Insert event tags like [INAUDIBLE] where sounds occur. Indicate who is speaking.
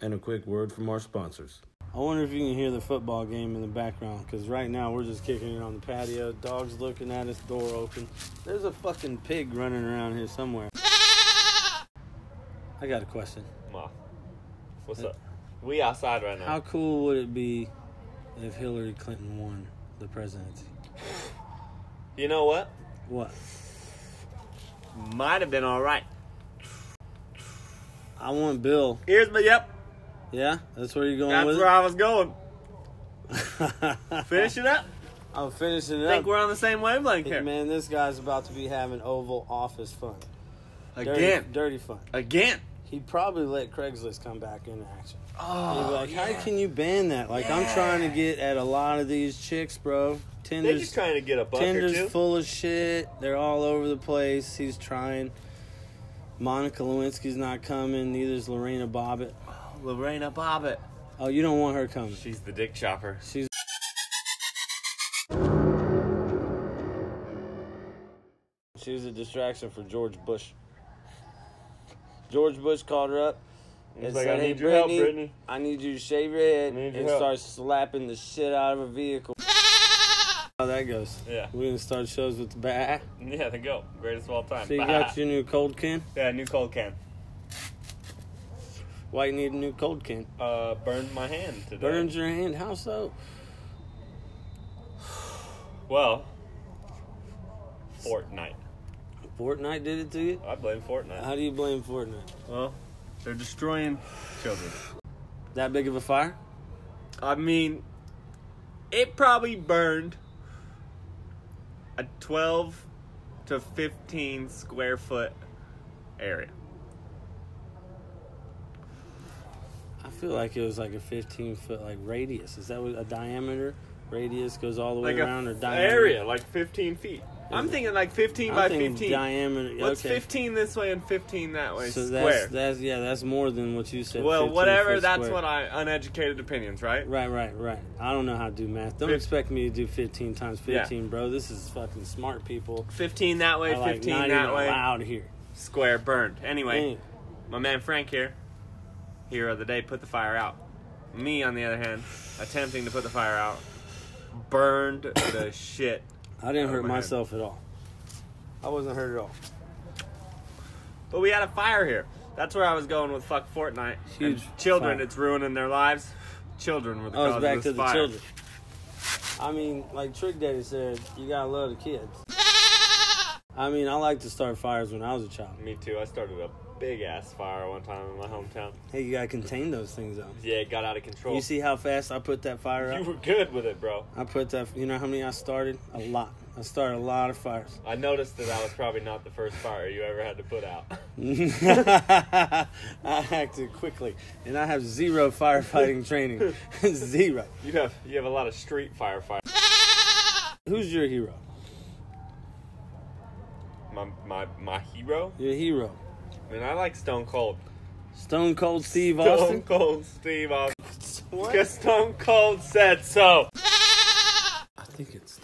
Speaker 1: and a quick word from our sponsors. I wonder if you can hear the football game in the background because right now we're just kicking it on the patio. Dog's looking at us, door open. There's a fucking pig running around here somewhere. I got a question.
Speaker 2: Ma, what's up? We outside right
Speaker 1: How
Speaker 2: now.
Speaker 1: cool would it be if Hillary Clinton won the presidency?
Speaker 2: You know what?
Speaker 1: What?
Speaker 2: Might have been all right.
Speaker 1: I want Bill.
Speaker 2: Here's my yep.
Speaker 1: Yeah, that's where you're going
Speaker 2: That's
Speaker 1: with
Speaker 2: where I was going.
Speaker 1: [LAUGHS] it.
Speaker 2: Finish it up.
Speaker 1: I'm finishing it
Speaker 2: I think
Speaker 1: up.
Speaker 2: we're on the same wavelength here.
Speaker 1: Man, this guy's about to be having Oval Office fun. Dirty,
Speaker 2: Again.
Speaker 1: dirty fun.
Speaker 2: Again.
Speaker 1: He'd probably let Craigslist come back into action. He'd be
Speaker 2: Oh,
Speaker 1: like, how can you ban that? Like, I'm trying to get at a lot of these chicks, bro.
Speaker 2: they're
Speaker 1: Tinder's,
Speaker 2: just trying to get a buck or two.
Speaker 1: Tinder's full of shit. They're all over the place. He's trying. Monica Lewinsky's not coming. Neither's Lorena Bobbitt.
Speaker 2: Lorena Bobbitt.
Speaker 1: Oh, you don't want her coming.
Speaker 2: She's the dick chopper.
Speaker 1: She's. She was a distraction for George Bush. George Bush called her up and
Speaker 2: like,
Speaker 1: said,
Speaker 2: "I
Speaker 1: "Hey,
Speaker 2: need your help,
Speaker 1: Brittany,
Speaker 2: Brittany."
Speaker 1: I need you to shave your head
Speaker 2: I need your
Speaker 1: and
Speaker 2: help."
Speaker 1: start slapping the shit out of a vehicle." How that goes?
Speaker 2: Yeah.
Speaker 1: We're gonna start shows with the bat.
Speaker 2: [LAUGHS] Yeah, the goat. Greatest of all time.
Speaker 1: So you
Speaker 2: [LAUGHS]
Speaker 1: got your new cold can.
Speaker 2: Yeah, new cold can.
Speaker 1: Why you need a new cold can?
Speaker 2: Uh, burned my hand today.
Speaker 1: Burns your hand. How so?
Speaker 2: Well, Fortnite.
Speaker 1: Fortnite did it to you.
Speaker 2: I blame Fortnite.
Speaker 1: How do you blame Fortnite?
Speaker 2: well, they're destroying children.
Speaker 1: That big of a fire?
Speaker 2: I mean, it probably burned a 12 to 15 square foot area.
Speaker 1: I feel like it was like a 15 foot like radius. Is that what a diameter? Radius goes all the way
Speaker 2: Like
Speaker 1: around or
Speaker 2: a
Speaker 1: diameter?
Speaker 2: area, like 15 feet. I'm thinking like 15
Speaker 1: I'm
Speaker 2: by
Speaker 1: thinking
Speaker 2: 15.
Speaker 1: Diameter.
Speaker 2: What's
Speaker 1: okay.
Speaker 2: 15 this way and 15 that way?
Speaker 1: So
Speaker 2: square.
Speaker 1: that's that's yeah, that's more than what you said.
Speaker 2: well,
Speaker 1: 15
Speaker 2: whatever.
Speaker 1: foot
Speaker 2: That's
Speaker 1: square.
Speaker 2: what I uneducated opinions, right?
Speaker 1: Right, right, right. I don't know how to do math. Don't
Speaker 2: Fif-
Speaker 1: expect me to do 15 times
Speaker 2: Yeah.
Speaker 1: 15, bro. This is fucking smart people.
Speaker 2: 15 that way,
Speaker 1: Are, like,
Speaker 2: 15
Speaker 1: not
Speaker 2: that
Speaker 1: even
Speaker 2: way.
Speaker 1: allowed here.
Speaker 2: Square burned. Anyway,
Speaker 1: Dang.
Speaker 2: my man Frank here, hero of the day, put the fire out. Me, on the other hand, attempting to put the fire out, burned the [COUGHS] shit.
Speaker 1: I didn't
Speaker 2: Oh,
Speaker 1: hurt
Speaker 2: man.
Speaker 1: myself at all. I wasn't hurt at all.
Speaker 2: But we had a fire here. That's where I was going with fuck Fortnite. And
Speaker 1: Huge
Speaker 2: children,
Speaker 1: fire.
Speaker 2: it's ruining their lives. Children were the
Speaker 1: I
Speaker 2: cause
Speaker 1: was back
Speaker 2: of
Speaker 1: to
Speaker 2: this
Speaker 1: the
Speaker 2: fire.
Speaker 1: children. I mean, like Trick Daddy said, you gotta love the kids. I mean, I like to start fires when I was a child.
Speaker 2: Me too. I started a big ass fire one time in my hometown.
Speaker 1: Hey, you gotta contain those things though.
Speaker 2: Yeah, it got out of control.
Speaker 1: You see how fast I put that fire
Speaker 2: [LAUGHS] you
Speaker 1: up?
Speaker 2: were good with it, bro.
Speaker 1: I put that. You know how many I started? A lot. I started a lot of fires. [LAUGHS]
Speaker 2: I noticed that I was probably not the first fire you ever had to put out.
Speaker 1: I acted quickly, and I have zero [LAUGHS] firefighting training. zero.
Speaker 2: [LAUGHS] You have you have a lot of street firefighter.
Speaker 1: Who's your hero?
Speaker 2: My my my hero.
Speaker 1: Your hero?
Speaker 2: I mean, I like Stone Cold.
Speaker 1: Stone Cold Steve
Speaker 2: Stone
Speaker 1: Austin.
Speaker 2: Cold Steve Austin.
Speaker 1: What?
Speaker 2: Because Stone Cold said so.
Speaker 1: I think it's